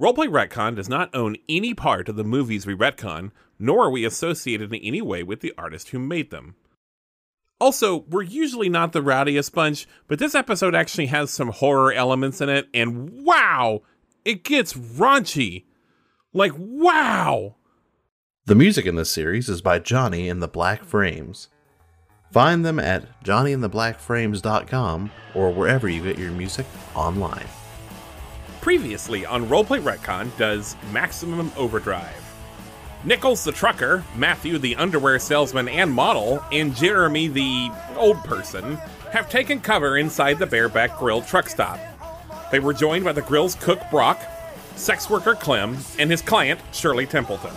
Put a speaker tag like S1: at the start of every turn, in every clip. S1: Roleplay Retcon does not own any part of the movies we retcon, nor are we associated in any way with the artist who made them. Also, we're usually not the rowdiest bunch, but this episode actually has some horror elements in it, and wow, it gets raunchy. Like, wow!
S2: The music in this series is by Johnny and the Black Frames. Find them at johnnyandtheblackframes.com or wherever you get your music online.
S1: Previously on Roleplay Retcon does Maximum Overdrive. Nichols the trucker, Matthew the underwear salesman and model, and Jeremy the old person have taken cover inside the Bareback Grill truck stop. They were joined by the grill's cook Brock, sex worker Clem, and his client Shirley Templeton.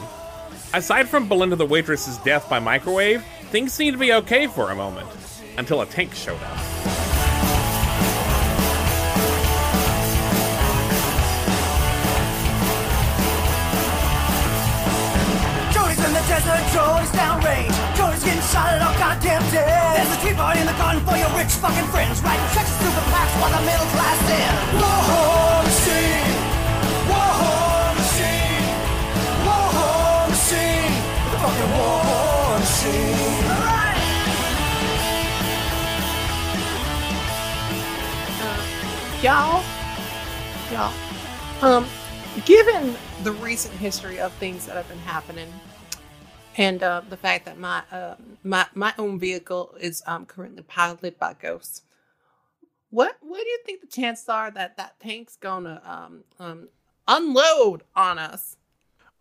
S1: Aside from Belinda the waitress's death by microwave, things seemed to be okay for a moment until a tank showed up.
S3: Jody's in the desert, Jody's downrange. Jody's getting shot at all goddamn day. There's a tea party in the garden for your rich fucking friends. Writing checks to super packs while the middle class in. War machine, war machine, war machine, the fucking war machine.
S4: y'all y'all um given the recent history of things that have been happening and uh, the fact that my uh, my my own vehicle is um, currently piloted by ghosts what what do you think the chances are that that tank's gonna um, um unload on us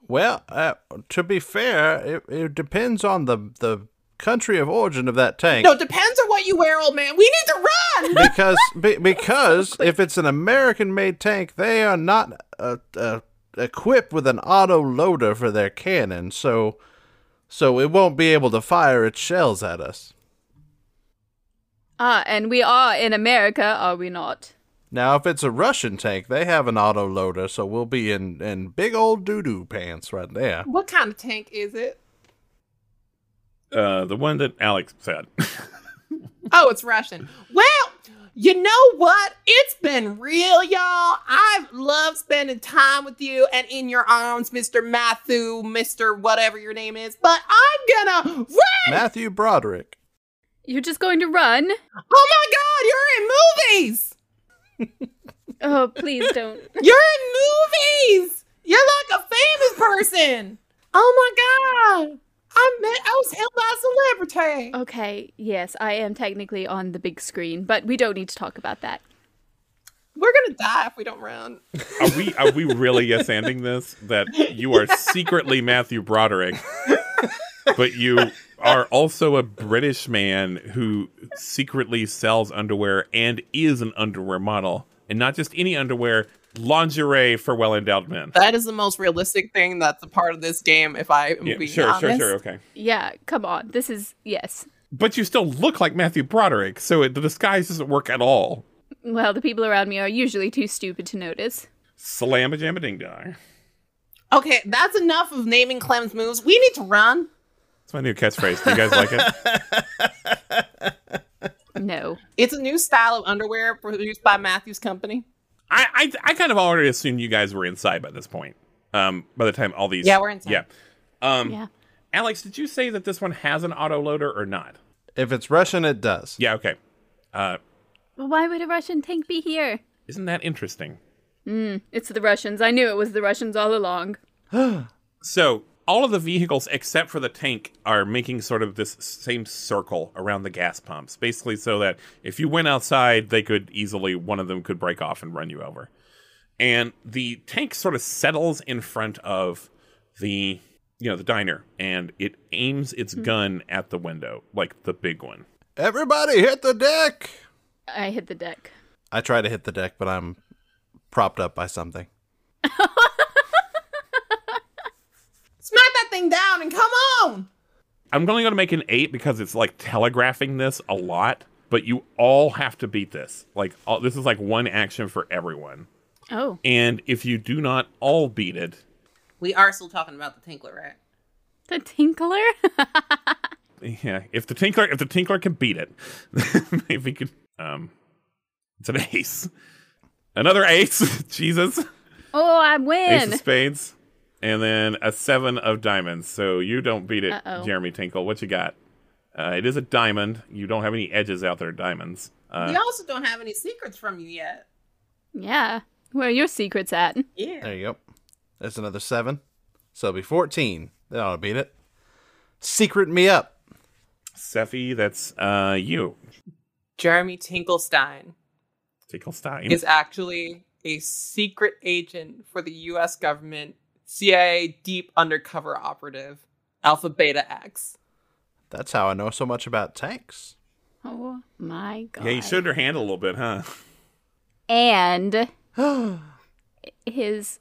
S5: Well, uh, to be fair, it, it depends on the the country of origin of that tank.
S4: no depends on what you wear old man we need to run
S5: because be, because if it's an American-made tank, they are not uh, uh, equipped with an auto loader for their cannon, so so it won't be able to fire its shells at us.
S6: Ah, and we are in America, are we not?
S5: Now, if it's a Russian tank, they have an auto loader, so we'll be in in big old doo doo pants right there.
S4: what kind of tank is it
S1: Uh, the one that Alex said.
S4: Oh, it's Russian. Well, you know what? It's been real, y'all. I've loved spending time with you and in your arms, Mr. Matthew, Mr. whatever your name is. But I'm gonna run!
S5: Matthew Broderick.
S6: You're just going to run?
S4: Oh my god, you're in movies!
S6: Oh, please don't.
S4: You're in movies! You're like a famous person! Oh my god! I met I was held by a celebrity.
S6: Okay, yes, I am technically on the big screen, but we don't need to talk about that.
S4: We're gonna die if we don't run.
S1: Are we are we really yes ending this? That you are secretly Matthew Broderick, but you are also a British man who secretly sells underwear and is an underwear model, and not just any underwear, lingerie for well endowed men.
S4: That is the most realistic thing that's a part of this game, if I am
S1: Yeah,
S4: being
S1: sure,
S4: honest.
S1: sure, sure, okay.
S6: Yeah, come on. This is, yes.
S1: But you still look like Matthew Broderick, so it, the disguise doesn't work at all.
S6: Well, the people around me are usually too stupid to notice.
S1: Slam a jam a ding dong.
S4: Okay, that's enough of naming Clem's moves. We need to run.
S1: It's my new catchphrase. Do you guys like it?
S6: No.
S4: It's a new style of underwear produced by Matthews Company.
S1: I, I I kind of already assumed you guys were inside by this point. Um, by the time all these
S4: Yeah, we're inside.
S1: Yeah. Um,
S6: Yeah.
S1: Alex, did you say that this one has an autoloader or not?
S5: If it's Russian, it does.
S1: Yeah. Okay. Uh,
S6: Why would a Russian tank be here?
S1: isn't that interesting?
S6: It's the Russians. I knew it was the Russians all along.
S1: So all of the vehicles except for the tank are making sort of this same circle around the gas pumps, basically so that if you went outside, they could easily one of them could break off and run you over. And the tank sort of settles in front of the you know the diner, and it aims its gun at the window, like the big one.
S5: Everybody hit the deck.
S6: I hit the deck.
S5: I try to hit the deck, but I'm propped up by something.
S4: Smack that thing down and come on.
S1: I'm only going to make an eight because it's like telegraphing this a lot, but you all have to beat this. Like all, this is like one action for everyone.
S6: Oh.
S1: And if you do not all beat it,
S4: We are still talking about the Tinkler, right?
S6: The Tinkler?
S1: yeah, if the Tinkler if the Tinkler can beat it, maybe we could um it's an ace. Another ace. Jesus.
S6: Oh, I win.
S1: Ace of spades, and then a seven of diamonds. So you don't beat it,
S6: Uh-oh.
S1: Jeremy Tinkle. What you got? Uh, it is a diamond. You don't have any edges out there, diamonds. Uh,
S4: we also don't have any secrets from you yet.
S6: yeah. Where are your secrets at?
S4: Yeah.
S5: There you go. That's another seven. So it'll be 14. That ought to beat it. Secret me up.
S1: Seffi, that's uh, you.
S4: Jeremy Tinklestein
S1: Tinkle Stein.
S4: is actually a secret agent for the US government, CIA deep undercover operative, Alpha Beta X.
S5: That's how I know so much about tanks.
S6: Oh my god.
S1: yeah, you showed her hand a little bit, huh?
S6: And his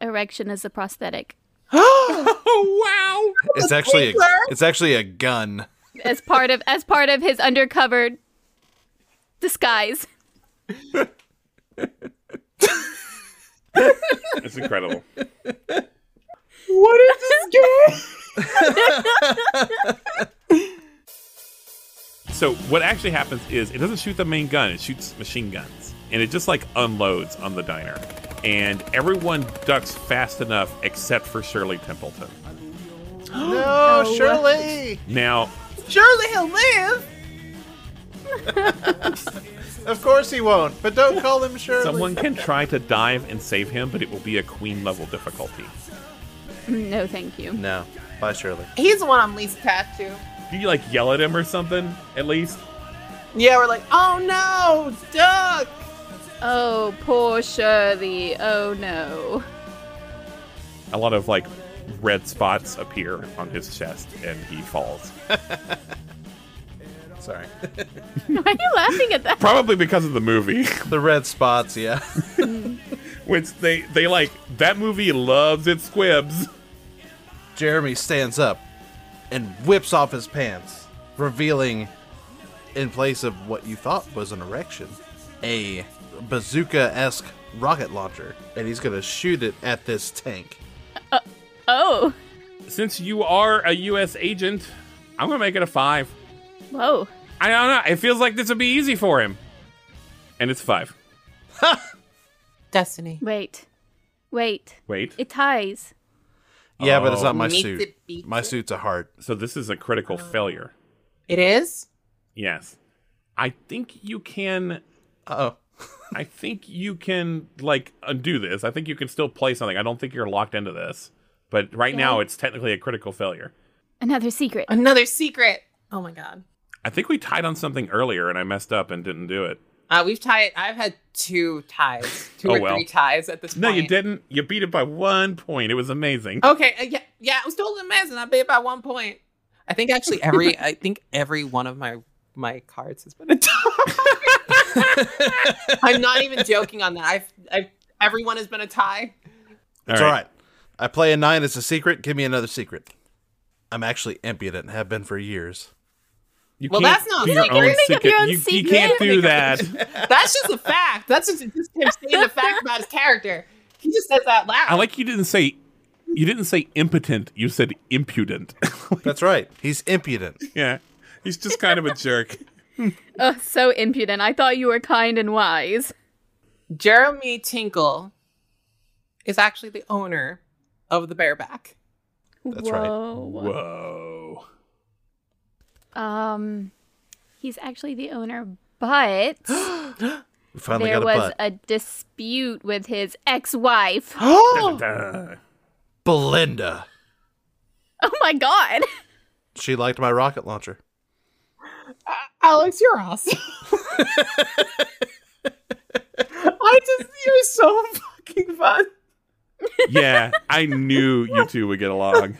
S6: erection is a prosthetic
S1: oh, wow.
S5: It's actually a, it's actually a gun.
S6: as part of as part of his undercover disguise.
S1: It's incredible.
S4: What is this game?
S1: So what actually happens is it doesn't shoot the main gun; it shoots machine guns, and it just like unloads on the diner. And everyone ducks fast enough, except for Shirley Templeton. Oh,
S5: No, Oh, Shirley.
S1: Now,
S4: Surely he'll live.
S5: Of course he won't. But don't call him Shirley.
S1: someone can try to dive and save him, but it will be a queen level difficulty.
S6: No, thank you.
S5: No. Bye, Shirley.
S4: He's the one I'm least attached to.
S1: Can you like yell at him or something? At least
S4: Yeah, we're like, oh no, duck.
S6: Oh, poor Shirley. Oh no.
S1: a lot of like red spots appear on his chest, and he falls.
S5: Sorry.
S6: Why are you laughing at that?
S1: Probably because of the movie.
S5: The red spots, yeah.
S1: Which they they like that movie loves its squibs.
S5: Jeremy stands up and whips off his pants, revealing, in place of what you thought was an erection, a bazooka esque rocket launcher. And he's going to shoot it at this tank.
S6: Oh,
S1: Since you are a U.S. agent, I'm gonna make it a five.
S6: whoa.
S1: I don't know. It feels like this would be easy for him, and it's five.
S4: Destiny.
S6: Wait, wait.
S1: Wait,
S6: It ties.
S5: Yeah, but it's not my
S4: Meets
S5: suit.
S4: it, beats
S5: My
S4: it.
S5: suit's a heart.
S1: so this is a critical failure.
S4: It is?
S1: Yes, I think you can.
S5: Uh oh.
S1: I think you can like undo this. I think you can still play something. I don't think you're locked into this, but right now it's technically a critical failure.
S6: Another secret.
S4: Another secret. Oh my god.
S1: I think we tied on something earlier, and I messed up and didn't do it.
S4: Uh, we've tied. I've had two ties, two
S1: Oh,
S4: or
S1: well.
S4: three ties at this
S1: No,
S4: point.
S1: you didn't. You beat it by one point. It was
S6: Oh.
S1: amazing.
S4: Okay, uh, yeah, yeah. It was totally amazing. I bet by one point. I think actually every. I think every one of my my cards has been a tie. I'm not even joking on that. I've, I've everyone has been a tie.
S5: It's all right. I play a nine as a secret. Give me another secret. I'm actually impudent and have been for years.
S1: You
S4: Well,
S1: can't
S4: that's not-
S1: do
S4: You
S1: your
S6: can't
S1: own
S6: make up
S1: secret.
S6: your own
S1: you, you
S6: secret.
S1: can't do that.
S4: That's just a fact. That's just, just him saying a fact about his character. He just says that loud.
S1: I like you didn't say you didn't say impotent. You said impudent.
S5: That's right. He's impudent.
S1: yeah, he's just kind of a jerk.
S6: Oh, so impudent. I thought you were kind and wise.
S4: Jeremy Tinkle is actually the owner of the bareback.
S5: That's right.
S6: Whoa.
S1: Whoa.
S6: Um, he's actually the owner, but
S5: We
S1: Oh
S5: finally
S6: there
S5: got a
S6: was
S5: butt.
S6: a dispute with his ex-wife.
S4: Oh,
S1: Duh.
S5: Belinda.
S6: Oh my god.
S5: She liked my rocket launcher.
S4: Alex, you're awesome. I just you're so fucking fun.
S1: Yeah, I knew you two would get along.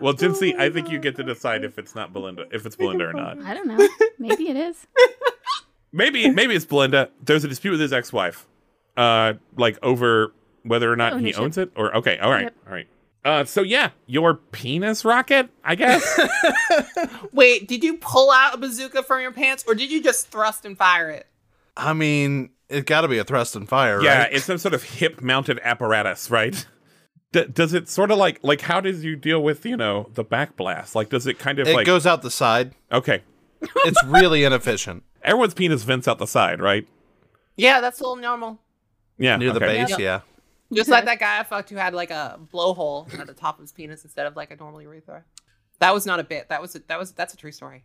S1: Well, Jimsy, I think you get to decide if it's not Belinda, if it's Belinda or not.
S6: I don't know. Maybe it is.
S1: Maybe, maybe it's Belinda. There's a dispute with his ex-wife, uh, like over whether or not he
S6: Ownership.
S1: owns it. Or okay, all right,
S6: Yep.
S1: all right. Uh, so yeah, your penis rocket, I guess.
S4: Wait, did you pull out a bazooka from your pants or did you just thrust and fire it?
S5: I mean, it got to be a thrust and fire,
S1: Yeah,
S5: right?
S1: it's some sort of hip-mounted apparatus, right? D- does it sort of like like how does you deal with you know the back blast? Like, does it kind of
S5: it
S1: like
S5: goes out the side.
S1: okay?
S5: It's really inefficient.
S1: Everyone's penis vents out the side, right?
S4: Yeah, that's a little normal.
S1: Yeah.
S5: near the
S1: okay.
S5: base.
S4: Yep.
S5: Yeah.
S4: Just like that guy I fucked who had like a blowhole at the top of his penis instead of like a normal urethra. That was not a bit. That was a, that was that's a true story.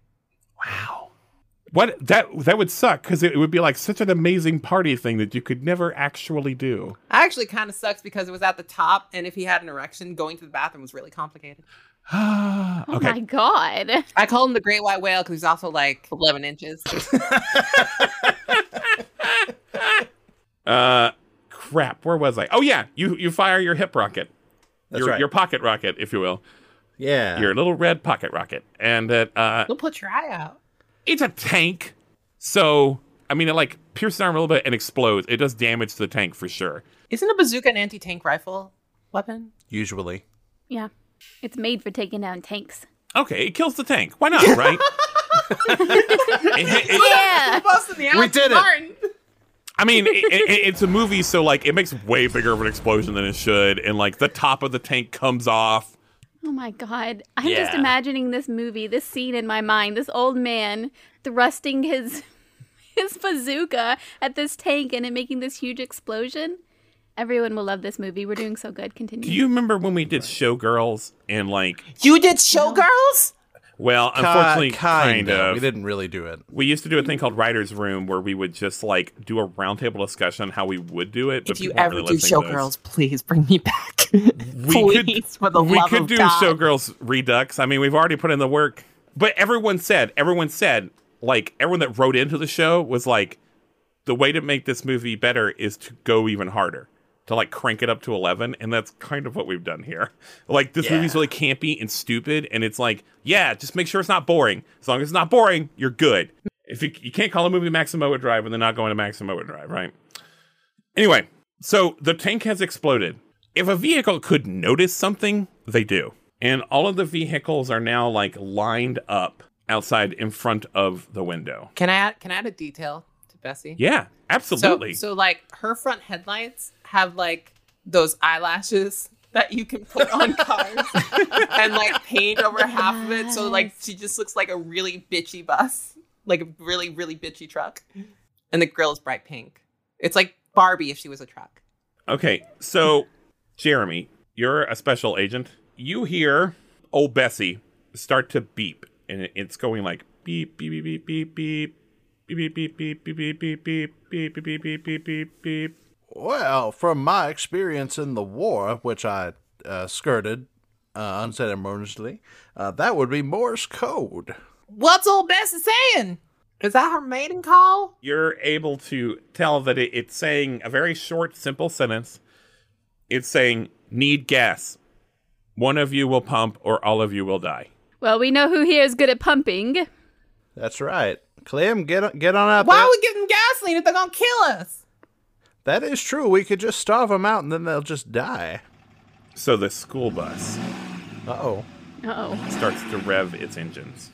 S1: What that that would suck because it would be like such an amazing party thing that you could never actually do.
S4: Actually, kind of sucks because it was at the top, and if he had an erection, going to the bathroom was really complicated.
S6: Oh
S1: okay.
S6: my god.
S4: I called him the great white whale because he's also like 11 inches.
S1: Uh, crap. Where was I? Oh yeah, you you fire your hip rocket,
S2: That's
S1: your
S2: right.
S1: your pocket rocket, if you will,
S2: yeah.
S1: your little red pocket rocket, and it uh,
S4: Don't put your eye out.
S1: it's a tank. So I mean, it like pierces an arm a little bit and explodes. It does damage to the tank for sure.
S4: Isn't a bazooka an anti tank rifle weapon?
S5: Usually.
S6: Yeah. It's made for taking down tanks.
S1: Okay, it kills the tank. Why not? Right? It hit- it-
S6: Yeah.
S5: We did it.
S1: I mean, it, it, it's a movie, so like it makes way bigger of an explosion than it should, and like the top of the tank comes off.
S6: Oh my god. I'm just
S1: Yeah.
S6: imagining this movie, this scene in my mind, this old man thrusting his his bazooka at this tank and it making this huge explosion. Everyone will love this movie. We're doing so good. Continue.
S1: Do you remember when we did Showgirls and like,
S4: You did showgirls?
S1: well, unfortunately, kind of.
S5: We didn't really do it.
S1: We used to do a thing called Writer's Room where we would just like do a roundtable discussion on how we would do it.
S4: If you
S1: people weren't
S4: ever
S1: really
S4: do
S1: listening to
S4: showgirls, please bring me back.
S1: this. we
S4: please,
S1: could,
S4: for the
S1: we
S4: love
S1: could
S4: of
S1: do
S4: God.
S1: Showgirls Redux. I mean, we've already put in the work. But everyone said, everyone said, like, everyone that wrote into the show was like, the way to make this movie better is to go even harder, to like crank it up to 11. And that's kind of what we've done here. Like, this movie's really campy and stupid. And it's like, yeah, just make sure it's not boring. As long as it's not boring, you're good. If you, you can't call a movie Maximoa Drive when they're not going to Maximoa Drive, right? Anyway, so the tank has exploded. If a vehicle could notice something, they do. And all of the vehicles are now like lined up outside in front of the window.
S4: Can I add, can I add a detail to Bessie?
S1: Yeah,
S4: So,
S1: absolutely.
S4: so like her front headlights have like those eyelashes that you can put on cars and like paint over half of it. So like she just looks like a really bitchy bus, like a really really bitchy truck, and the grill is bright pink. It's like Barbie if she was a truck.
S1: okay, so Jeremy, you're a special agent. You hear old Bessie start to beep, and it- it's going like beep, beep, beep, beep, beep, beep. Beep beep beep beep beep beep beep beep beep beep beep beep beep beep.
S5: Well, from my experience in the war, which I uh, skirted uh, unceremoniously, uh, that would be Morse code.
S4: What's old Bessie saying? Is that her maiden call?
S1: you're able to tell that it, it's saying a very short, simple sentence. It's saying, need gas. One of you will pump or all of you will die.
S6: well, we know who here is good at pumping.
S5: That's right. Clem, get on, get on out
S4: Why
S5: there.
S4: would we give them gasoline if they're gonna kill us?
S5: that is true. We could just starve them out and then they'll just die.
S1: So the school bus
S5: Uh oh.
S6: Oh.
S1: starts to rev its engines.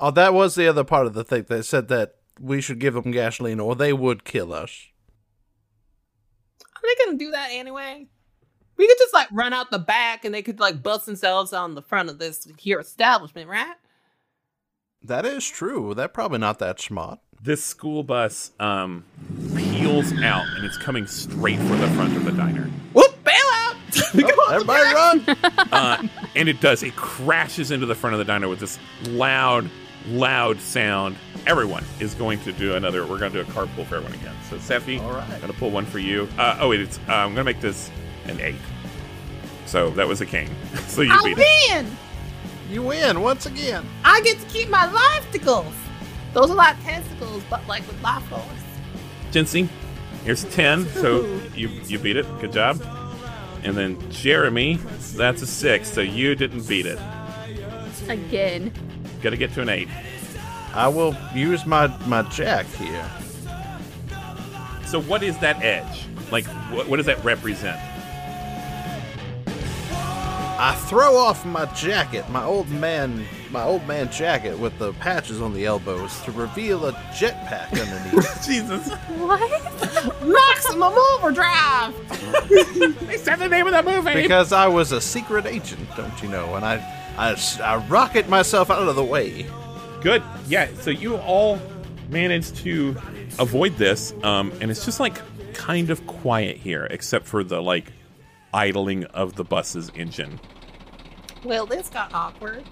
S5: Oh, that was the other part of the thing. They said that we should give them gasoline or they would kill us.
S4: Are they gonna do that anyway? We could just like run out the back and they could like bust themselves on the front of this here establishment, right?
S5: That is true. They're probably not that smart.
S1: This school bus um, peels out and it's coming straight for the front of the diner.
S4: Whoop, bail out! We go out the
S5: Everybody
S4: back.
S5: run!
S1: Uh, and it does. It crashes into the front of the diner with this loud, loud sound. Everyone is going to do another. We're going to do a carpool for everyone again. So, Seffi,
S5: All right.
S1: I'm going to pull one for you. Uh, oh, wait, it's, uh, I'm going to make this an eight. So that was a king. so you
S4: I
S1: beat it.
S4: win!
S5: You win once again.
S4: I get to keep my lifeticles. Those are like testicles, but like with life force.
S1: Jency, here's 10. So you, you beat it. Good job. And then Jeremy, that's a six. So you didn't beat it.
S6: Again.
S1: Got to get to an eight.
S5: I will use my, my jack here.
S1: So, what is that edge? Like, what, what does that represent?
S5: I throw off my jacket, my old man, my old man jacket with the patches on the elbows to reveal a jetpack underneath.
S1: Jesus.
S6: What?
S4: Maximum overdrive!
S1: Is that the name of the movie?
S5: because I was a secret agent, don't you know? And I, I, s- I rocket myself out of the way.
S1: Good. Yeah. So you all managed to avoid this, um, and it's just like kind of quiet here, except for the like idling of the bus's engine.
S4: Well, this got awkward.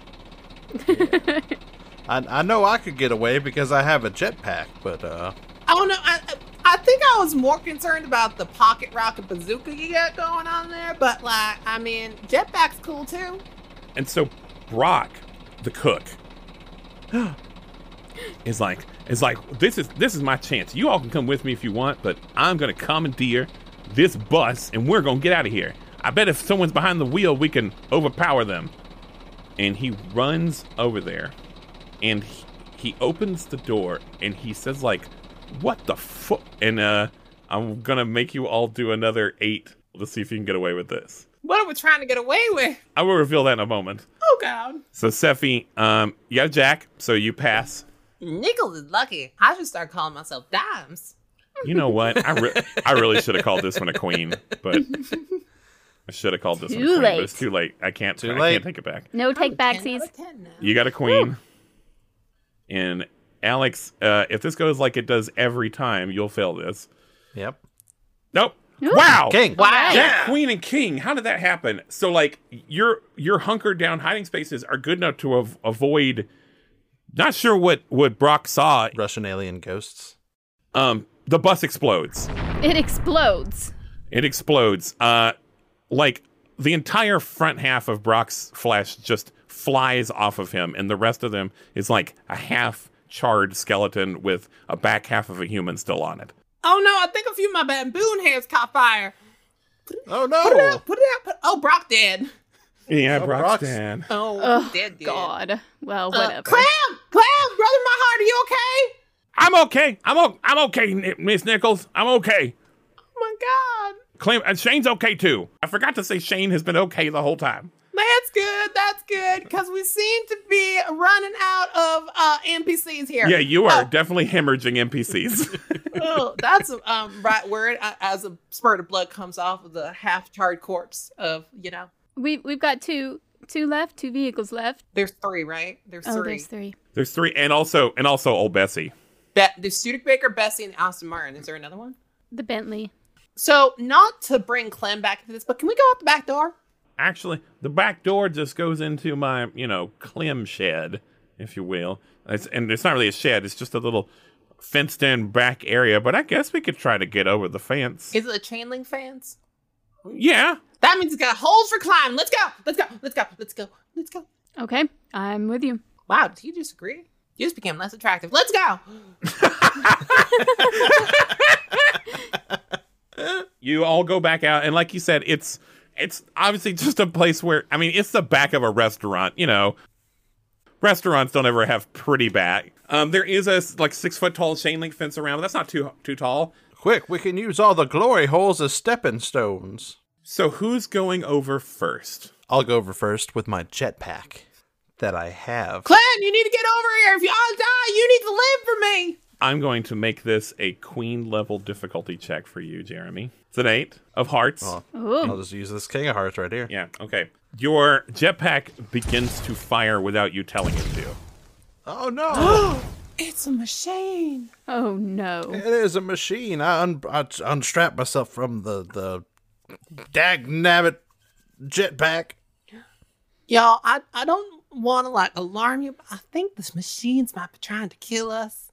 S5: I, I know I could get away because I have a jetpack, but uh,
S4: I don't know. I, I think I was more concerned about the pocket rocket bazooka you got going on there, but like, I mean, jetpack's cool too.
S1: And so Brock, the cook, is like is like this is this is my chance. You all can come with me if you want, but I'm gonna commandeer this bus and we're gonna get out of here. I bet if someone's behind the wheel, we can overpower them. And he runs over there, and he, he opens the door, and he says like, "What the fuck?" And uh, I'm gonna make you all do another eight. Let's see if you can get away with this.
S4: What are we trying to get away with?
S1: I will reveal that in a moment.
S4: Oh God,
S1: So Seffi, um, you have Jack, so you pass.
S4: Nichols is lucky. I should start calling myself Dimes.
S1: You know what? I re- I really should have called this one a queen, but I should have called this one a
S6: Too
S1: queen,
S6: late.
S1: but it's too late. I can't.
S5: Too
S1: I
S5: late.
S1: can't take it back.
S6: No take
S4: Ten
S6: backsies.
S4: out of ten now.
S1: You got a queen, and Alex, uh, if this goes like it does every time, you'll fail this.
S5: yep.
S1: Nope.
S6: Ooh.
S1: Wow.
S5: King.
S4: Wow.
S1: Yeah, queen and king. How did that happen? So like your your hunkered down hiding spaces are good enough to av- avoid. Not sure what what Brock saw.
S5: Russian alien ghosts.
S1: Um, the bus explodes.
S6: It explodes.
S1: It explodes. Uh, like the entire front half of Brock's flesh just flies off of him, and the rest of them is like a half charred skeleton with a back half of a human still on it.
S4: Oh no, I think a few of my bamboon hairs caught fire.
S5: Oh
S4: Put it
S5: no!
S4: out, put it out, put Oh, Brock dead.
S1: Yeah,
S5: Oh,
S1: Brock's,
S5: Brock's-
S1: dead.
S4: Oh,
S6: Oh
S4: dead, dead.
S6: God. Well,
S4: Uh,
S6: whatever.
S4: Clam, Clam, brother, my heart, are you okay?
S1: I'm okay. I'm o- I'm okay, Ni- Miss Nichols. I'm okay.
S4: Oh my God.
S1: Clem and Shane's okay too. I forgot to say Shane has been okay the whole time.
S4: That's good. That's good. Because we seem to be running out of uh, NPCs here.
S1: Yeah, you are
S4: Oh,
S1: definitely hemorrhaging NPCs.
S4: oh, that's a um, right word. uh, As a spurt of blood comes off of the half charred corpse of, you know,
S6: We we've got two two left, two vehicles left.
S4: there's three, right? There's
S6: Oh,
S4: three.
S6: there's three.
S1: There's three, and also and also old Bessie.
S4: Be- there's Studebaker, Bessie, and Austin Martin. Is there another one?
S6: The Bentley.
S4: So, not to bring Clem back into this, but can we go out the back door?
S1: actually the back door just goes into my you know clem shed if you will it's, and it's not really a shed it's just a little fenced in back area but i guess we could try to get over the fence
S4: Is it a chain link fence?
S1: yeah
S4: That means it's got holes for Clem. Let's go. Let's go. Let's go. Let's go. Let's go.
S6: Okay, I'm with you.
S4: Wow, do you disagree? You just became less attractive. Let's go.
S1: you all go back out and like you said it's it's obviously just a place where i mean it's the back of a restaurant you know restaurants don't ever have pretty back um there is a like six foot tall chain link fence around but that's not too too tall
S5: Quick, we can use all the glory holes as stepping stones.
S1: so who's going over first
S5: I'll go over first with my jetpack that I have.
S4: Clem, you need to get over here. If y'all die, you need to live for me.
S1: I'm going to make this a queen level difficulty check for you, Jeremy. It's an eight of hearts.
S5: I'll just use this King of Hearts right here.
S1: Yeah, okay. Your jetpack begins to fire without you telling it to.
S5: Oh no!
S4: It's a machine.
S6: Oh no.
S5: it is a machine. I, un- I t- unstrapped myself from the the dag nabbit jetpack.
S4: Y'all, I, I don't want to like alarm you, but I think this machine's might be trying to kill us.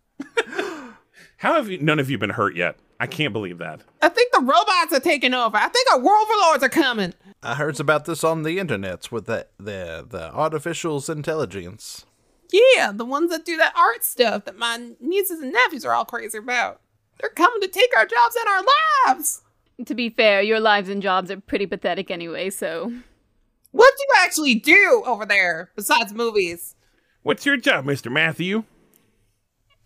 S1: How have you, none of you been hurt yet? I can't believe that.
S4: I think the robots are taking over. I think our warlords are coming.
S5: I heard about this on the internets with the the the artificial intelligence.
S4: Yeah, the ones that do that art stuff that my nieces and nephews are all crazy about. They're coming to take our jobs and our lives.
S6: To be fair, your lives and jobs are pretty pathetic anyway, so
S4: What do you actually do over there besides movies?
S1: What's your job, Mr. Matthew?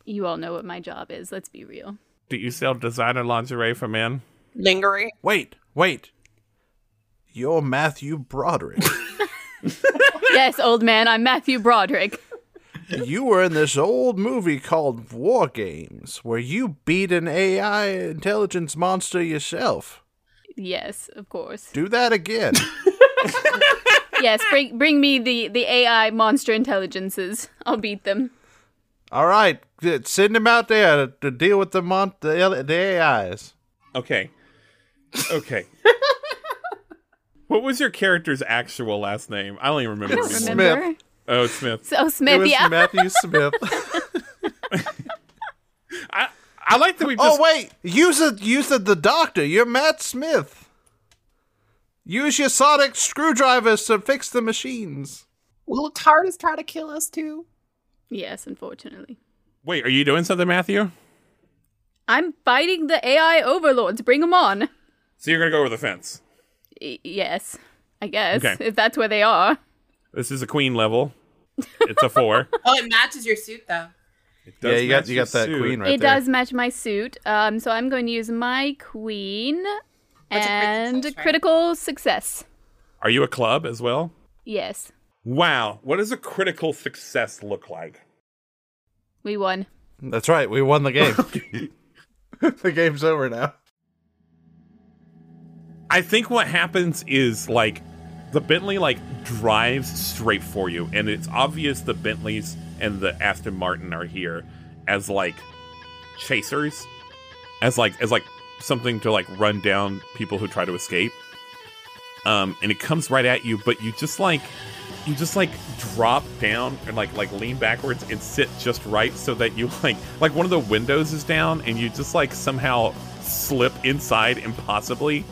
S6: you all know what my job is, let's be real.
S1: Do you sell designer lingerie for men?
S4: Lingering.
S5: Wait, wait. You're Matthew Broderick.
S6: yes, old man, I'm Matthew Broderick.
S5: you were in this old movie called War Games, where you beat an AI intelligence monster yourself.
S6: Yes, of course.
S5: Do that again.
S6: Yes, bring bring me the the AI monster intelligences. I'll beat them.
S5: uh, All right, good. send him out there to, to deal with the mon- the, L- the AIs.
S1: Okay. Okay. what was your character's actual last name? I don't even remember.
S6: I don't
S1: anymore.
S6: remember.
S1: Oh, Smith.
S6: So
S5: It
S6: Smith,
S5: was
S6: yeah.
S5: Matthew Smith.
S1: I I like that we just
S5: oh wait, use it. Use it. The doctor. You're Matt Smith. Use your sonic screwdrivers to fix the machines.
S4: Will TARDIS try to kill us too?
S6: Yes, unfortunately.
S1: wait. Are you doing something, Matthew?
S6: I'm fighting the AI overlords. Bring them on.
S1: So you're gonna go over the fence.
S6: Y- yes, I guess
S1: Okay.
S6: if that's where they are.
S1: This is a queen level. It's a four.
S7: Oh, it matches your suit though.
S1: It
S5: yeah, you got
S1: match
S5: you
S1: your
S5: got that
S1: suit.
S5: queen right
S6: it
S5: there.
S6: does match my suit. Um, so I'm going to use my queen
S7: That's a critical
S6: and
S7: success, right?
S6: critical success.
S1: Are you a club as well?
S6: Yes,
S1: Wow. What does a critical success look like?
S6: we won.
S5: That's right. We won the game. the game's over now.
S1: I think what happens is like the Bentley like drives straight for you, and it's obvious the Bentleys and the Aston Martin are here as like chasers, as like as like something to like run down people who try to escape. Um, and it comes right at you, but you just like you just like drop down and like like lean backwards and sit just right so that you like like one of the windows is down and you just like somehow slip inside impossibly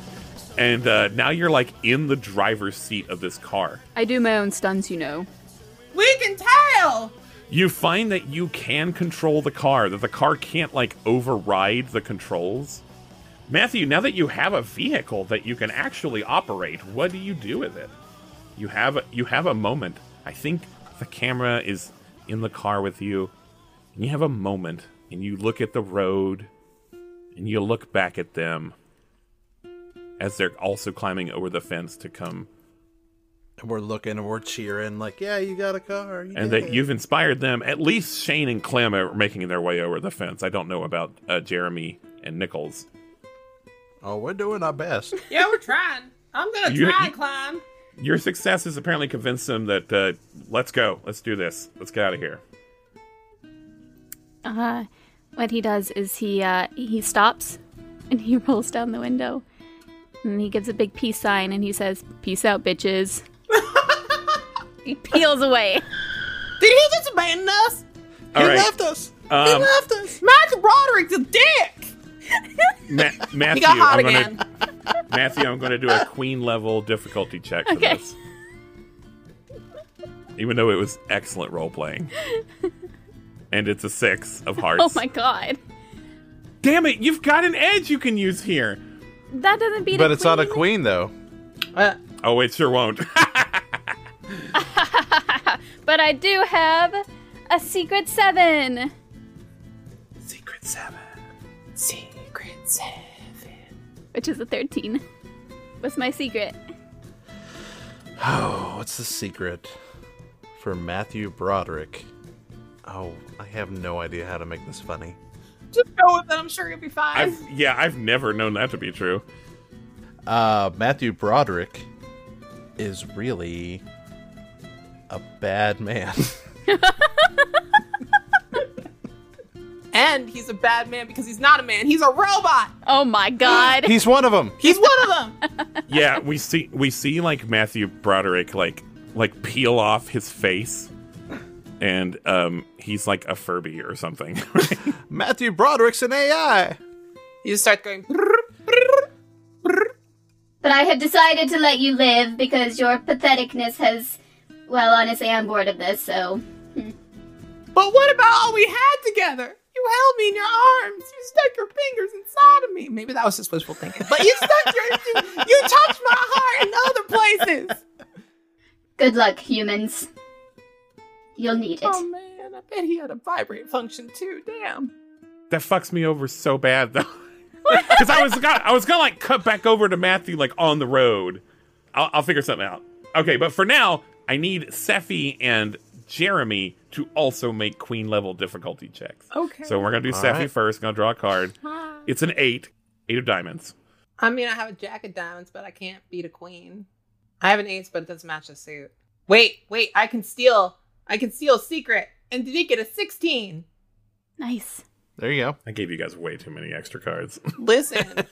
S1: and uh, now you're like in the driver's seat of this car.
S6: I do my own stunts, you know.
S7: We can tell.
S1: You find that you can control the car, that the car can't like override the controls. Matthew, now that you have a vehicle that you can actually operate, what do you do with it? You have a, you have a moment. I think the camera is in the car with you. And you have a moment and you look at the road and you look back at them as they're also climbing over the fence to come
S5: And we're looking and we're cheering like, yeah, you got a car. you
S1: and
S5: did
S1: that
S5: it."
S1: you've inspired them. At least Shane and Clem are making their way over the fence. I don't know about uh, Jeremy and Nichols.
S5: Oh, we're doing our best.
S7: Yeah, we're trying. I'm gonna
S1: You-
S7: try
S1: you-
S7: and climb.
S1: Your success has apparently convinced them that uh, let's go, let's do this, let's get out of here.
S6: Uh, what he does is he uh, he stops and he rolls down the window and he gives a big peace sign and he says, "Peace out, bitches." he peels away.
S4: Did he just abandon us?
S1: All right,
S4: us.
S1: um,
S4: left us. Matthew Roderick's a dick.
S1: Ma- Matthew,
S4: got hot
S1: I'm gonna,
S4: again.
S1: Matthew, I'm going to do a queen level difficulty check for
S6: Okay.
S1: this. Even though it was excellent role playing, and it's a six of hearts.
S6: Oh my god,
S1: Damn it! You've got an edge you can use here.
S6: that doesn't beat.
S5: but it's not a queen
S6: queen.
S5: though.
S1: Oh, it sure won't.
S6: But I do have a secret seven.
S1: Secret seven.
S4: Secret Santa.
S6: which is a 13. What's my secret?
S5: Oh, what's the secret for Matthew Broderick? Oh, I have no idea how to make this funny.
S4: Just go with it. I'm sure you'll be fine.
S1: I've, yeah, I've never known that to be true.
S5: Uh, Matthew Broderick is really a bad man.
S4: And he's a bad man because he's not a man. He's a robot.
S6: Oh my god.
S5: He's one of them.
S4: He's one of them.
S1: Yeah, we see we see like Matthew Broderick like like peel off his face, and um he's like a Furby or something.
S5: Matthew Broderick's an AI.
S4: You just start going.
S8: But I have decided to let you live because your patheticness has. Well, honestly, I'm bored of this, so.
S4: But what about all we had together? You held me in your arms. You stuck your fingers inside of me. Maybe that was just wishful thinking. But you stuck your you, you touched my heart in other places.
S8: Good luck, humans. You'll need it.
S4: Oh man, I bet he had a vibrate function too. Damn.
S1: that fucks me over so bad though, because I was gonna, I was gonna like cut back over to Matthew like on the road. I'll, I'll figure something out. Okay, but for now, I need Seffi and Jeremy to also make queen level difficulty checks.
S4: Okay.
S1: So we're gonna do
S5: All
S1: Seffi
S5: right.
S1: first. Gonna draw a card. It's an eight, eight of diamonds.
S4: I mean, I have a jack of diamonds, but I can't beat a queen. I have an ace, but it doesn't match the suit. Wait, wait, I can steal. I can steal a secret. And did he get a 16?
S6: nice.
S5: There you go.
S1: I gave you guys way too many extra cards.
S4: Listen,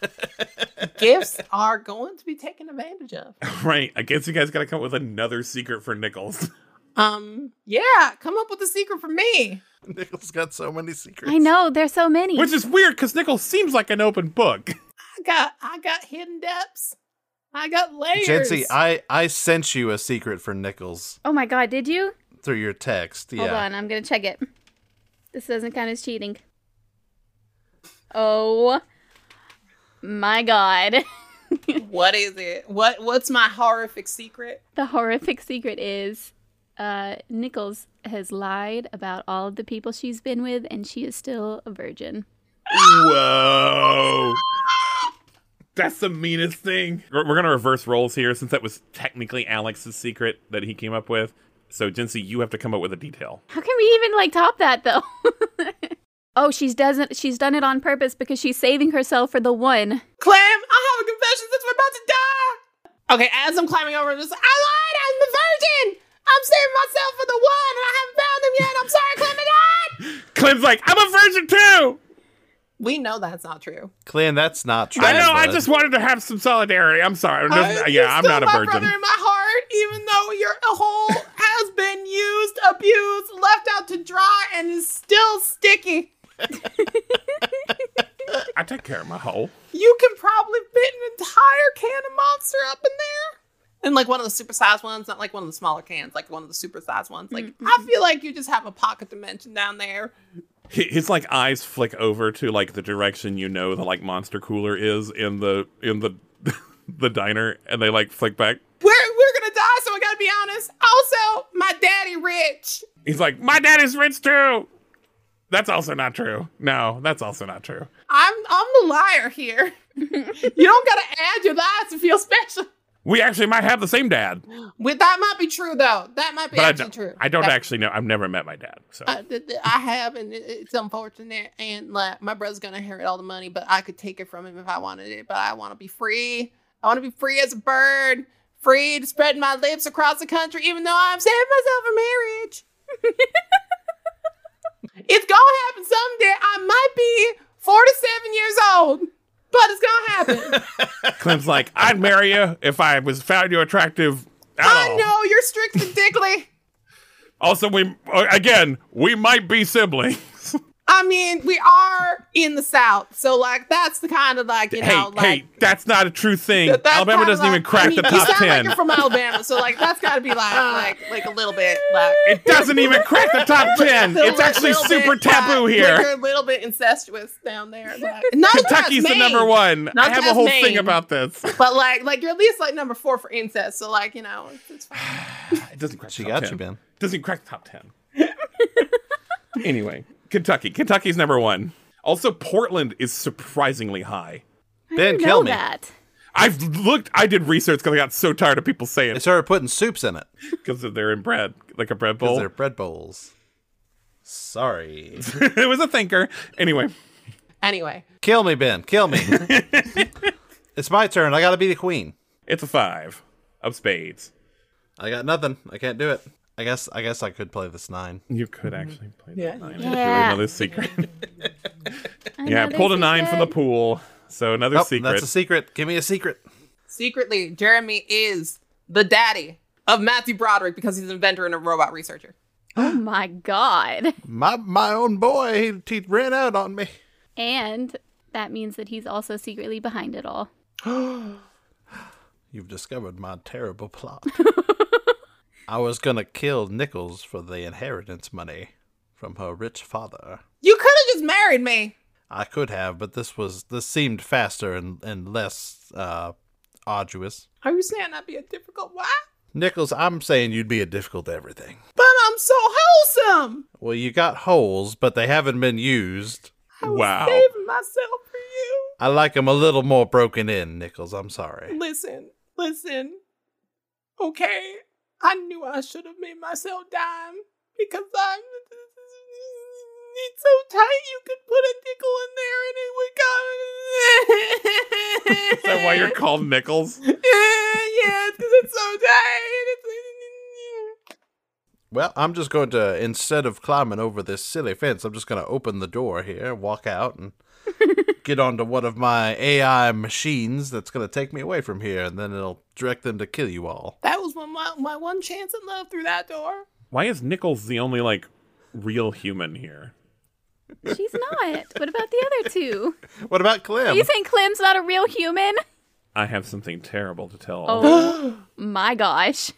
S4: gifts are going to be taken advantage of.
S1: right. I guess you guys got to come up with another secret for Nichols.
S4: Um, yeah, come up with a secret for me.
S5: Nichols got so many secrets.
S6: I know there's so many.
S1: Which is weird because Nichols seems like an open book.
S4: I got I got hidden depths. I got layers.
S5: Jency, I I sent you a secret for Nichols
S6: oh my god, did you?
S5: through your text.
S6: Hold
S5: yeah.
S6: on, I'm gonna check it. This doesn't count as cheating. Oh my god.
S4: what is it? What what's my horrific secret?
S6: the horrific secret is uh Nichols has lied about all of the people she's been with and she is still a virgin.
S1: Whoa. That's the meanest thing. We're, we're going to reverse roles here since that was technically Alex's secret that he came up with. So, Jency, you have to come up with a detail.
S6: How can we even like top that though? oh, she's doesn't she's done it on purpose because she's saving herself for the one.
S4: Clem, I have a confession since we're about to die. Okay, as I'm climbing over, I'm just like, I lied, I'm the virgin! I'm saving myself for the one and I haven't found him yet. I'm sorry, Clem, I lied!
S1: Clem's like, I'm a virgin too.
S4: We know that's not true.
S5: Clan, that's not true.
S1: I know. I
S5: bud.
S1: just wanted to have some solidarity. I'm sorry.
S4: Uh,
S1: yeah,
S4: you're
S1: I'm
S4: still
S1: not a
S4: my
S1: virgin.
S4: brother in my heart, even though your hole has been used, abused, left out to dry, and is still sticky.
S1: I take care of my hole.
S4: You can probably fit an entire can of Monster up in there. And like one of the supersized ones, not like one of the smaller cans, like one of the supersized ones. Like
S1: Mm-hmm.
S4: I feel like you just have a pocket dimension down there.
S1: Hi- His like eyes flick over to like the direction you know the like monster cooler is in the in the the diner, and they like flick back.
S4: We're we're gonna die, so I gotta be honest. Also, my daddy rich.
S1: He's like, my dad is rich too. That's also not true. No, that's also not true.
S4: I'm I'm the liar here. you don't gotta add your lies to feel special.
S1: We actually might have the same dad,
S4: Well, that might be true though. That might be
S1: but I
S4: actually
S1: don't.
S4: true.
S1: I don't
S4: That- Uh,
S1: actually know. I've never met my dad, so
S4: I, th- th- I have, and it- it's unfortunate. And like, my brother's gonna inherit all the money, but I could take it from him if I wanted it. But I want to be free. I want to be free as a bird, free to spread my lips across the country, even though I'm saving myself for marriage. it's gonna happen someday. I might be 47 years old, but it's gonna happen.
S1: Clem's like, I'd marry you if I was found you attractive. At
S4: I
S1: all.
S4: know you're strict and dickly.
S1: Also, we uh, again we might be siblings.
S4: I mean, we are in the South, so like that's the kind of like you
S1: hey,
S4: know, like
S1: hey, that's not a true thing.
S4: Th- that's
S1: Alabama
S4: kinda
S1: doesn't
S4: like-
S1: even crack
S4: I mean,
S1: the
S4: you
S1: top
S4: sound Like
S1: ten.
S4: you're from Alabama, so like that's got to be like like like a little bit like.
S1: it doesn't even crack the top ten.
S4: little-
S1: It's actually
S4: little bit,
S1: super taboo
S4: like,
S1: here.
S4: Like you're a little bit incestuous down there. Like, not as much as
S1: Kentucky's the
S4: Maine,
S1: number one.
S4: Not
S1: I have a
S4: just
S1: whole
S4: Maine.
S1: thing about this.
S4: but like like you're at least like number four for incest. So like you know, it's- it's fine.
S1: It doesn't crack.
S5: She
S1: the
S5: got
S1: top 10.
S5: you, Ben.
S1: Doesn't crack the top ten. anyway, Kentucky. Kentucky's number one. Also, Portland is surprisingly high.
S5: Ben,
S6: Know
S5: kill me.
S6: that.
S1: I've looked. I did research because I got so tired of people saying
S5: They
S1: it
S5: started putting soups in it
S1: because they're in bread, like a bread
S5: because
S1: bowl.
S5: they're bread bowls. Sorry.
S1: it was a thinker. Anyway,
S4: Anyway,
S5: kill me, Ben. Kill me. it's my turn. I gotta be the queen.
S1: it's a five of spades.
S5: I got nothing. I can't do it. I guess. I guess I could play this nine.
S1: You could actually play the
S4: Yeah.
S1: nine.
S6: Yeah.
S1: if you were another secret. yeah,
S6: Another
S1: pulled a nine from the
S6: secret.
S1: pool. So another
S5: Nope,
S1: secret.
S5: That's a secret. Give me a secret.
S4: secretly, Jeremy is the daddy of Matthew Broderick because he's an inventor and a robot researcher.
S6: Oh my god.
S5: My my own boy. He, he ran out on me.
S6: And that means that he's also secretly behind it all.
S5: You've discovered my terrible plot. I was gonna kill Nichols for the inheritance money from her rich father.
S4: You could have just married me.
S5: I could have, but this was this seemed faster and and less uh, arduous.
S4: Are you saying I'd be a difficult wife?
S5: Nichols, I'm saying you'd be a difficult everything.
S4: But I'm so wholesome.
S5: Well, you got holes, but they haven't been used.
S4: I was
S1: Wow.
S4: saving myself for you.
S5: I like 'em a little more broken in, Nichols. I'm sorry.
S4: Listen, listen. Okay, I knew I should have made myself dime because I'm. It's so tight you could put a nickel in there and it would come.
S1: Is that why you're called Nichols?
S4: Yeah, yeah, because it's so tight. It's-
S5: Well, I'm just going to instead of climbing over this silly fence, I'm just going to open the door here, walk out, and get onto one of my AI machines that's going to take me away from here, and then it'll direct them to kill you all.
S4: That was my, my, my one chance at love through that door.
S1: Why is Nichols the only like real human here?
S6: She's not. What about the other two?
S5: What about Clem?
S6: You think Clem's not a real human?
S1: I have something terrible to tell.
S6: Oh my gosh.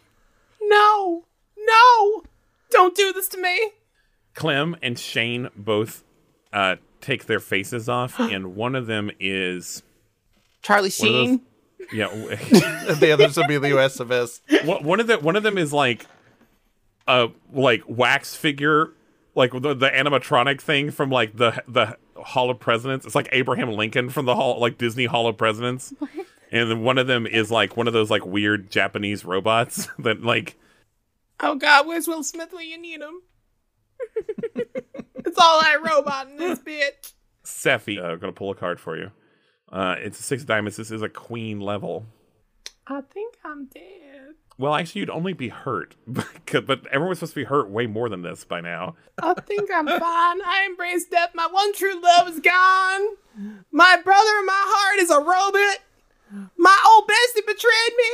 S4: No, no, don't do this to me.
S1: Clem and Shane both uh, take their faces off, and one of them is one
S4: Charlie
S1: of
S4: Sheen.
S1: those- yeah, w-
S5: the others will be the USFS.
S1: one- one of the one of them is like a like wax figure, like the, the animatronic thing from like the the Hall of Presidents. It's like Abraham Lincoln from the Hall, like Disney Hall of Presidents. And then one of them is like one of those like weird Japanese robots that like
S4: Oh God, where's Will Smith when you need him? it's all that robot in this bitch.
S1: Sephi. Uh, I'm gonna pull a card for you. Uh, it's a six of diamonds. This is a queen level.
S4: I think I'm dead.
S1: Well, actually, you'd only be hurt, but but everyone's supposed to be hurt way more than this by now.
S4: I think I'm fine. I embrace death. My one true love is gone. My brother in my heart is a robot. My old bestie betrayed me.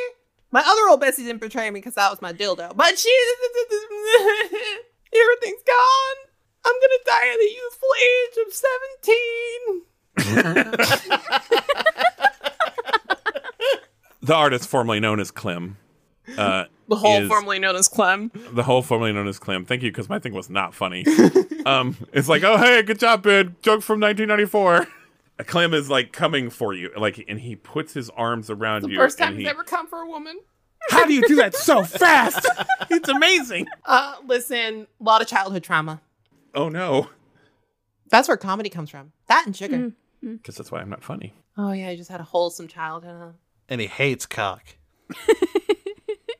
S4: My other old bestie didn't betray me because I was my dildo. But she, everything's gone. I'm gonna die at the youthful age of 17.
S1: The artist formerly known as Clem, uh,
S4: The whole
S1: Is-
S4: formerly known as Clem.
S1: the whole formerly known as Clem. Thank you, because my thing was not funny. um, it's like, oh hey, good job, Ben. Joke from 1994. Clem is like coming for you, like, and he puts his arms around you.
S4: First
S1: and
S4: time
S1: he-
S4: he's ever come for a woman.
S1: How do you do that so fast? it's amazing.
S4: Uh, listen, a lot of childhood trauma.
S1: Oh no,
S4: That's where comedy comes from. That and sugar.
S1: because that's why I'm not funny.
S4: Oh yeah, you just had a wholesome childhood. Huh?
S5: And he hates cock.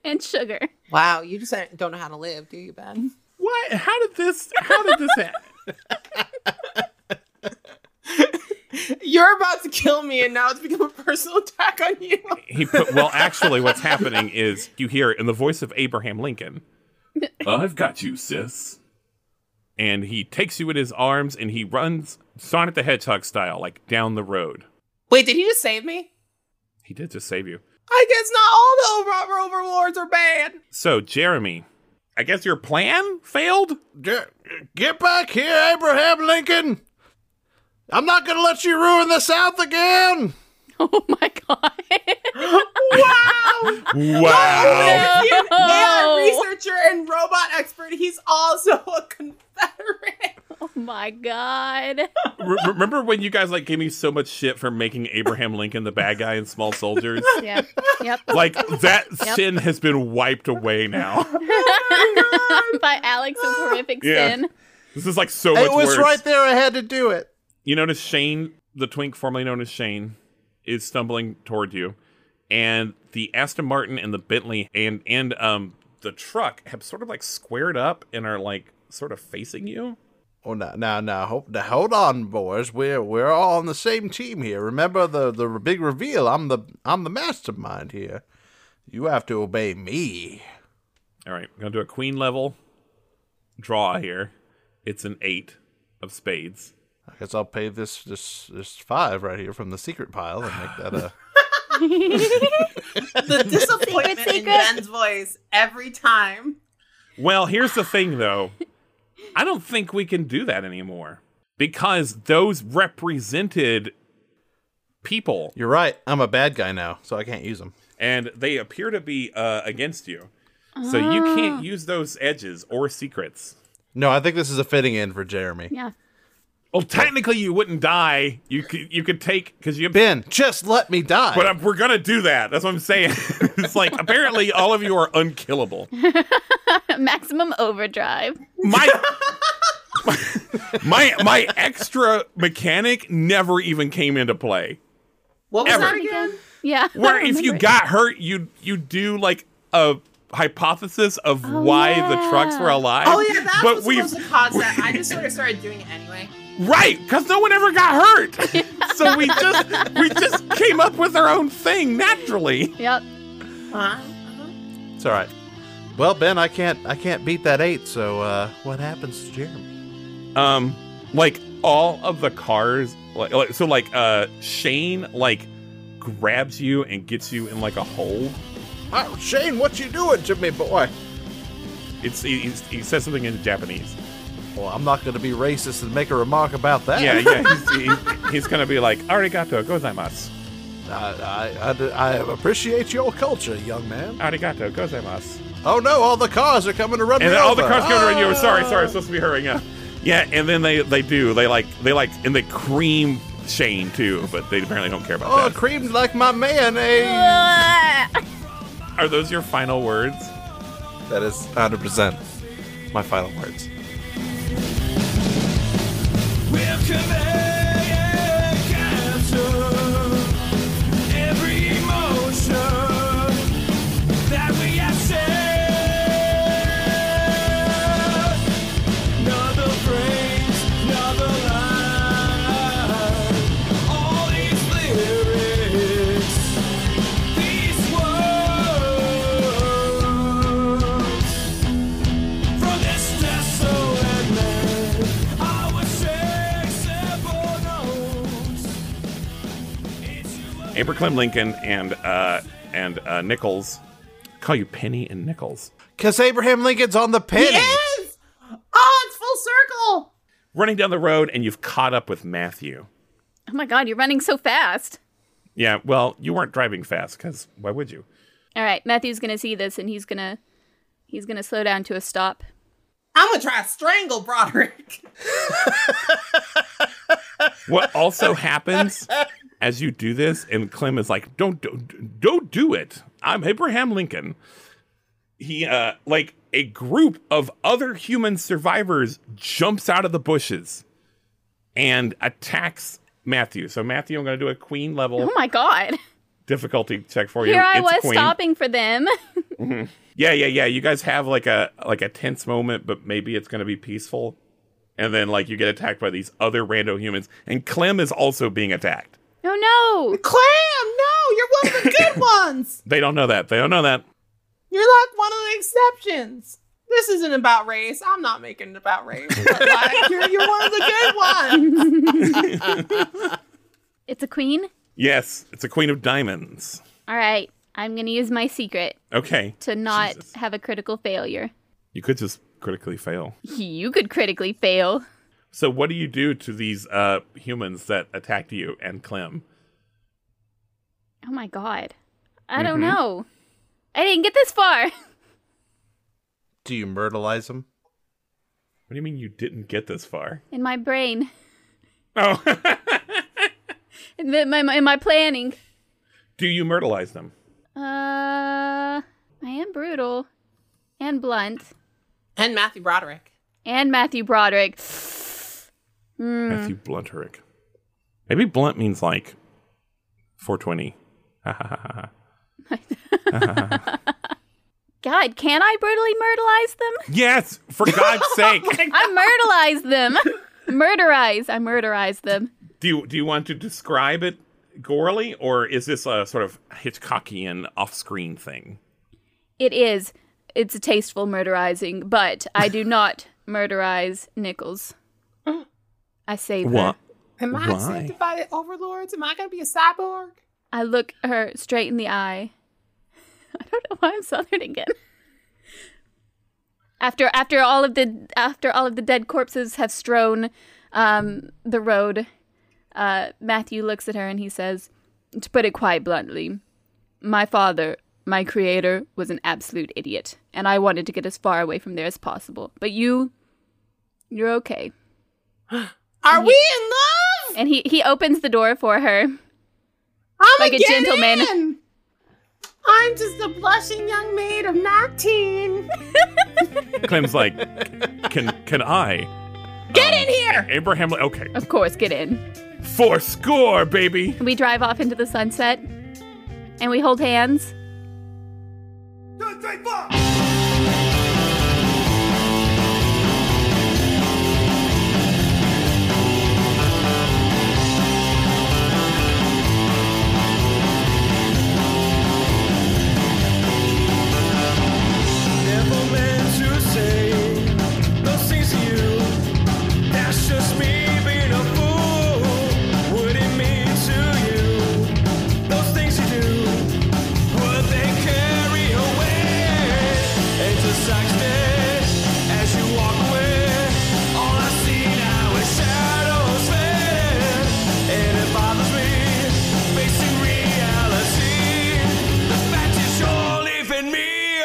S6: And sugar.
S4: Wow, you just don't know how to live, do you, Ben?
S1: What? How did this? How did this? happen?
S4: You're about to kill me, and now it's become a personal attack on you.
S1: He put, well, actually, what's happening is you hear it in the voice of Abraham Lincoln. I've got you, sis. And he takes you in his arms and he runs Sonic the Hedgehog style, like down the road.
S4: Wait, did he just save me?
S1: He did just save you.
S4: I guess not all the over- overlords are bad.
S1: So, Jeremy, I guess your plan failed?
S5: Get, get back here, Abraham Lincoln! I'm not gonna let you ruin the South again!
S6: Oh my god.
S1: Wow.
S4: You're an AI
S6: Oh.
S4: researcher and robot expert. He's also a Confederate.
S6: Oh my god.
S1: Re- remember when you guys like gave me so much shit for making Abraham Lincoln the bad guy in Small Soldiers?
S6: Yeah. Yep.
S1: Like that
S6: Yep.
S1: sin has been wiped away now.
S6: By Alex's horrific
S1: Yeah.
S6: sin.
S1: This is like so much
S5: it was
S1: worse.
S5: right there, I had to do it.
S1: you notice Shane, the twink formerly known as Shane, is stumbling toward you, and the Aston Martin and the Bentley and and um the truck have sort of like squared up and are like sort of facing you.
S5: Oh, now, now, now, ho- now, hold on, boys. We're we're all on the same team here. Remember the the big reveal. I'm the I'm the mastermind here. You have to obey me.
S1: All right, I'm gonna do a queen level draw here. It's an eight of spades.
S5: I guess I'll pay this this this five right here from the secret pile and make that a.
S7: The disappointment in
S6: secret.
S7: Ben's voice every time.
S1: Well, here's the thing though. I don't think we can do that anymore because those represented people
S5: You're right. I'm a bad guy now, so I can't use them.
S1: and they appear to be uh, against you. So you
S6: Ah.
S1: can't use those edges or secrets.
S5: No, I think this is a fitting in for Jeremy.
S6: Yeah.
S1: Well, Oh, technically, you wouldn't die. You could you could take because you.
S5: Ben, just let me die.
S1: But i we're gonna do that. That's what I'm saying. it's like apparently all of you are unkillable.
S6: Maximum overdrive.
S1: My. My my extra mechanic never even came into play.
S7: What was
S1: Ever.
S7: that again?
S6: Yeah. I
S1: Where
S6: don't
S1: if you
S6: remember.
S1: got hurt, you you do like a hypothesis of why the trucks
S6: Ah.
S1: were alive.
S7: Oh yeah, that
S1: but
S7: was
S1: we
S7: supposed to cause that. I just sort of started doing it anyway.
S1: Right, because no one ever got hurt. so we just we just came up with our own thing naturally.
S6: Yep.
S7: Huh? Uh-huh.
S5: it's all right. Well, Ben, I can't I can't beat that eight. So uh, what happens to Jeremy?
S1: um like all of the cars like, like so like uh shane like grabs you and gets you in like a hold
S5: Oh, Shane, what you doing to me, boy?
S1: it's he, he's- he says something in japanese
S5: Well, I'm not going to be racist and make a remark about that.
S1: yeah yeah he's, he's, he's gonna be like arigato gozaimasu
S5: I, I, I d- I appreciate your culture, young man.
S1: arigato gozaimasu
S5: Oh no, all the cars are coming to run
S1: and
S5: me
S1: then all the
S5: over.
S1: cars go over and you're
S5: Ah!
S1: sorry sorry i'm supposed to be hurrying up yeah and then they they do they like they like and they cream shane too but they apparently don't care about
S5: Oh,
S1: that
S5: creamed like my mayonnaise.
S6: Oh
S1: are those your final words
S5: That is 100% my final words.
S1: amber clem lincoln and uh and uh nichols call you penny and nichols
S5: Because Abraham Lincoln's on the penny.
S7: Yes! Oh, it's full circle.
S1: running down the road and you've caught up with matthew
S6: Oh my god, you're running so fast.
S1: yeah well you weren't driving fast because why would you
S6: All right, Matthew's gonna see this and he's gonna he's gonna slow down to a stop.
S7: I'm gonna try to strangle Broderick.
S1: what also happens as you do this and clem is like don't don't don't do it i'm abraham lincoln he uh like a group of other human survivors jumps out of the bushes and attacks matthew so matthew i'm going to do a queen level
S6: Oh my god.
S1: difficulty check for you
S6: Here I
S1: It's
S6: was
S1: queen.
S6: stopping for them.
S1: yeah yeah yeah you guys have like a like a tense moment but maybe it's going to be peaceful and then like you get attacked by these other rando humans and clem is also being attacked
S6: No Oh no.
S7: Clam, no, you're one of the good ones.
S1: they don't know that they don't know that
S7: You're like one of the exceptions. This isn't about race. I'm not making it about race. But like, you're, you're one of the good ones.
S6: It's a queen?
S1: Yes, it's a queen of diamonds.
S6: Alright. I'm gonna use my secret
S1: Okay.
S6: to not
S1: Jesus.
S6: have a critical failure.
S1: You could just critically fail.
S6: You could critically fail.
S1: So what do you do to these uh humans that attacked you and Clem?
S6: Oh my god. I don't
S1: Mm-hmm.
S6: know. I didn't get this far.
S5: Do you myrtleize him?
S1: What do you mean you didn't get this far?
S6: In my brain.
S1: Oh.
S6: In the- my, my, in my planning.
S1: do you myrtleize them?
S6: Uh, I am brutal and blunt
S7: And Matthew Broderick.
S6: and Matthew Broderick.
S1: Matthew Blunterick. Maybe blunt means like 420.
S6: God, can I brutally myrtleize them?
S1: Yes, for God's sake.
S6: I myrtleize them. Murderize. I murderize them.
S1: do you do you want to describe it gorily or is this a sort of Hitchcockian off-screen thing?
S6: It is. It's a tasteful murderizing, but I do not murderize Nichols. I save her.
S7: Am I
S1: Why?
S7: sanctified overlords? Am I gonna be a cyborg?
S6: I look her straight in the eye. I don't know why I'm southern again. After after all of the after all of the dead corpses have strown um, the road, uh, Matthew looks at her and he says, "To put it quite bluntly, my father, my creator, was an absolute idiot, and I wanted to get as far away from there as possible. But you, you're okay."
S7: Are we in love?
S6: And he he opens the door for her.
S7: I'm
S6: Like a gentleman.
S7: I'm just a blushing young maid of 19.
S1: Clem's like, can can I?
S7: Get in here!
S1: Abraham, okay.
S6: Of course, get in.
S1: Four score, baby.
S6: We drive off into the sunset and we hold hands.
S3: Never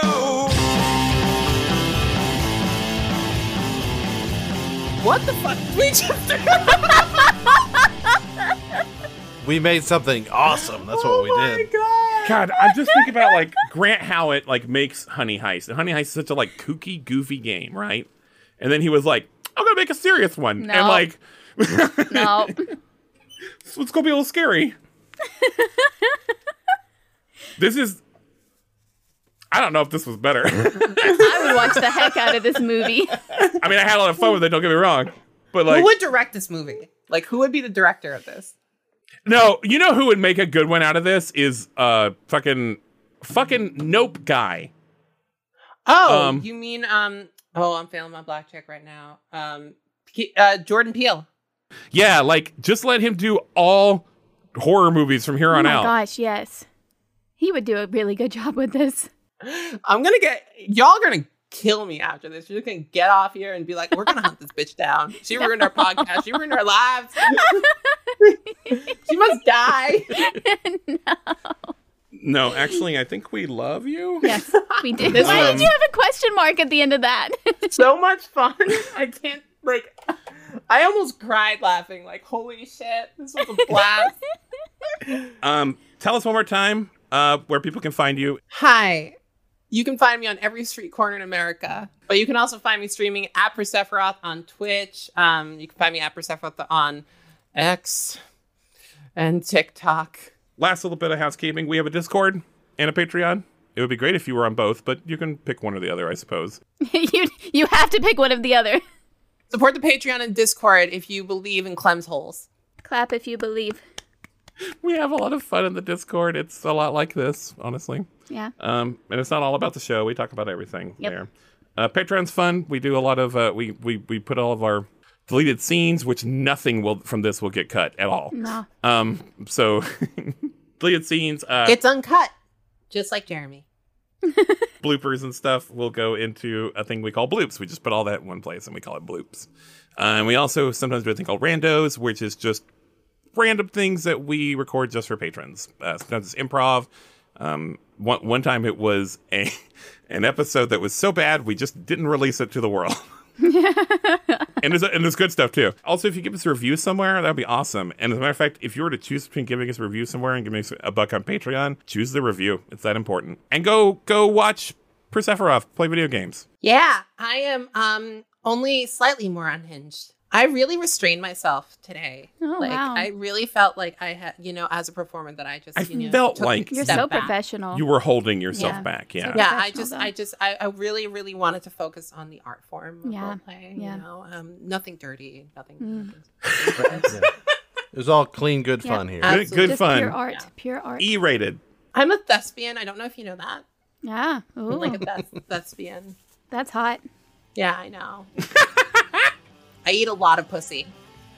S3: oh.
S4: What the fuck did we just do?
S5: We made something awesome. That's
S1: Oh
S5: what we did.
S4: Oh God.
S1: God, I'm just thinking about like Grant Howitt like makes Honey Heist, and Honey Heist is such a like kooky, goofy game, right? And then he was like, "I'm gonna make a serious one," and
S6: No.
S1: like
S6: No.
S1: it's, it's gonna be a little scary. this is. I don't know if this was better.
S6: I would watch the heck out of this movie.
S1: I mean, I had a lot of fun with it. Don't get me wrong, but like,
S4: who would direct this movie? Like, who would be the director of this?
S1: no, you know who would make a good one out of this is uh fucking fucking Nope guy.
S4: Oh,
S1: Um,
S4: you mean um? Oh, I'm failing my black check right now. Um, P- uh, Jordan Peele.
S1: Yeah, like just let him do all horror movies from here
S6: Oh
S1: on
S6: my
S1: out.
S6: gosh, yes. He would do a really good job with this.
S4: I'm gonna get y'all gonna kill me after this. You're gonna get off here and be like, "We're gonna hunt this bitch down. She ruined our podcast. She ruined our lives. she must die."
S1: No, actually, I think we love you.
S6: Yes, we did.
S4: This
S6: Why
S1: one-
S6: did you have a question mark at the end of that?
S4: so much fun. I can't like. I almost cried laughing. Like, holy shit, this was a blast.
S1: Um, tell us one more time uh, where people can find you.
S4: Hi. You can find me on every street corner in America, but you can also find me streaming at Persephorath on Twitch. Um, you can find me at Persephorath on X and TikTok.
S1: Last little bit of housekeeping: we have a Discord and a Patreon. It would be great if you were on both, but you can pick one or the other, I suppose.
S6: you you have to pick one of the other.
S4: Support the Patreon and Discord if you believe in Clem's holes.
S6: Clap if you believe.
S1: We have a lot of fun in the Discord. It's a lot like this, honestly.
S6: Yeah.
S1: Um, and it's not all about the show. We talk about everything
S6: Yep.
S1: there. Uh, Patreon's fun. We do a lot of uh, we we we put all of our deleted scenes, which nothing will from this will get cut at all.
S6: No.
S1: Um, so deleted scenes, uh,
S4: It's uncut, just like Jeremy.
S1: bloopers and stuff will go into a thing we call bloops. We just put all that in one place and we call it bloops. Uh, and we also sometimes do a thing called randos, which is just random things that we record just for patrons. Uh, sometimes it's improv. Um, one one time it was a an episode that was so bad we just didn't release it to the world. and there's and there's good stuff too. Also, if you give us a review somewhere, that'd be awesome. And as a matter of fact, if you were to choose between giving us a review somewhere and giving us a buck on Patreon, choose the review. It's that important. And go go watch Persephorov play video games.
S4: Yeah, I am um only slightly more unhinged. I really restrained myself today.
S6: Oh,
S4: like
S6: wow.
S4: I really felt like I had, you know, as a performer that I just,
S1: I
S4: you know,
S1: felt
S4: took a
S1: like-
S6: You're
S4: step
S6: so
S4: back.
S6: professional.
S1: You were holding yourself
S6: Yeah.
S1: back, yeah.
S6: Okay.
S4: Yeah, I
S6: professional,
S4: just,
S6: though.
S4: I just, I, I really, really wanted to focus on the art form of
S6: Yeah,
S4: roleplay.
S6: yeah.
S4: You know, um, nothing dirty, nothing.
S6: Mm.
S5: It was all clean, good
S6: Yeah.
S5: fun here.
S4: Uh,
S1: Good, good
S6: Just Pure
S1: fun.
S6: art.
S4: Yeah.
S6: Pure art.
S1: E rated.
S4: I'm a thespian. I don't know if you know that.
S6: yeah.
S4: I'm like a
S6: Ooh,
S4: thes- thespian.
S6: that's hot.
S4: Yeah, I know. I eat a lot of pussy.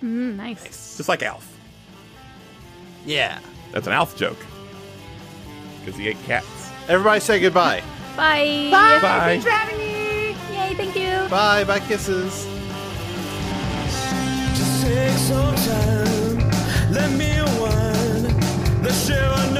S6: Mm, nice.
S1: Just like Alf.
S5: Yeah.
S1: That's an Alf joke. Because he ate cats.
S5: Everybody say goodbye.
S6: Bye.
S4: Bye.
S1: Bye.
S4: Thanks for having me.
S6: Yay, thank you.
S5: Bye. Bye. Kisses.
S3: Just take some time, let me unwind. Let's share another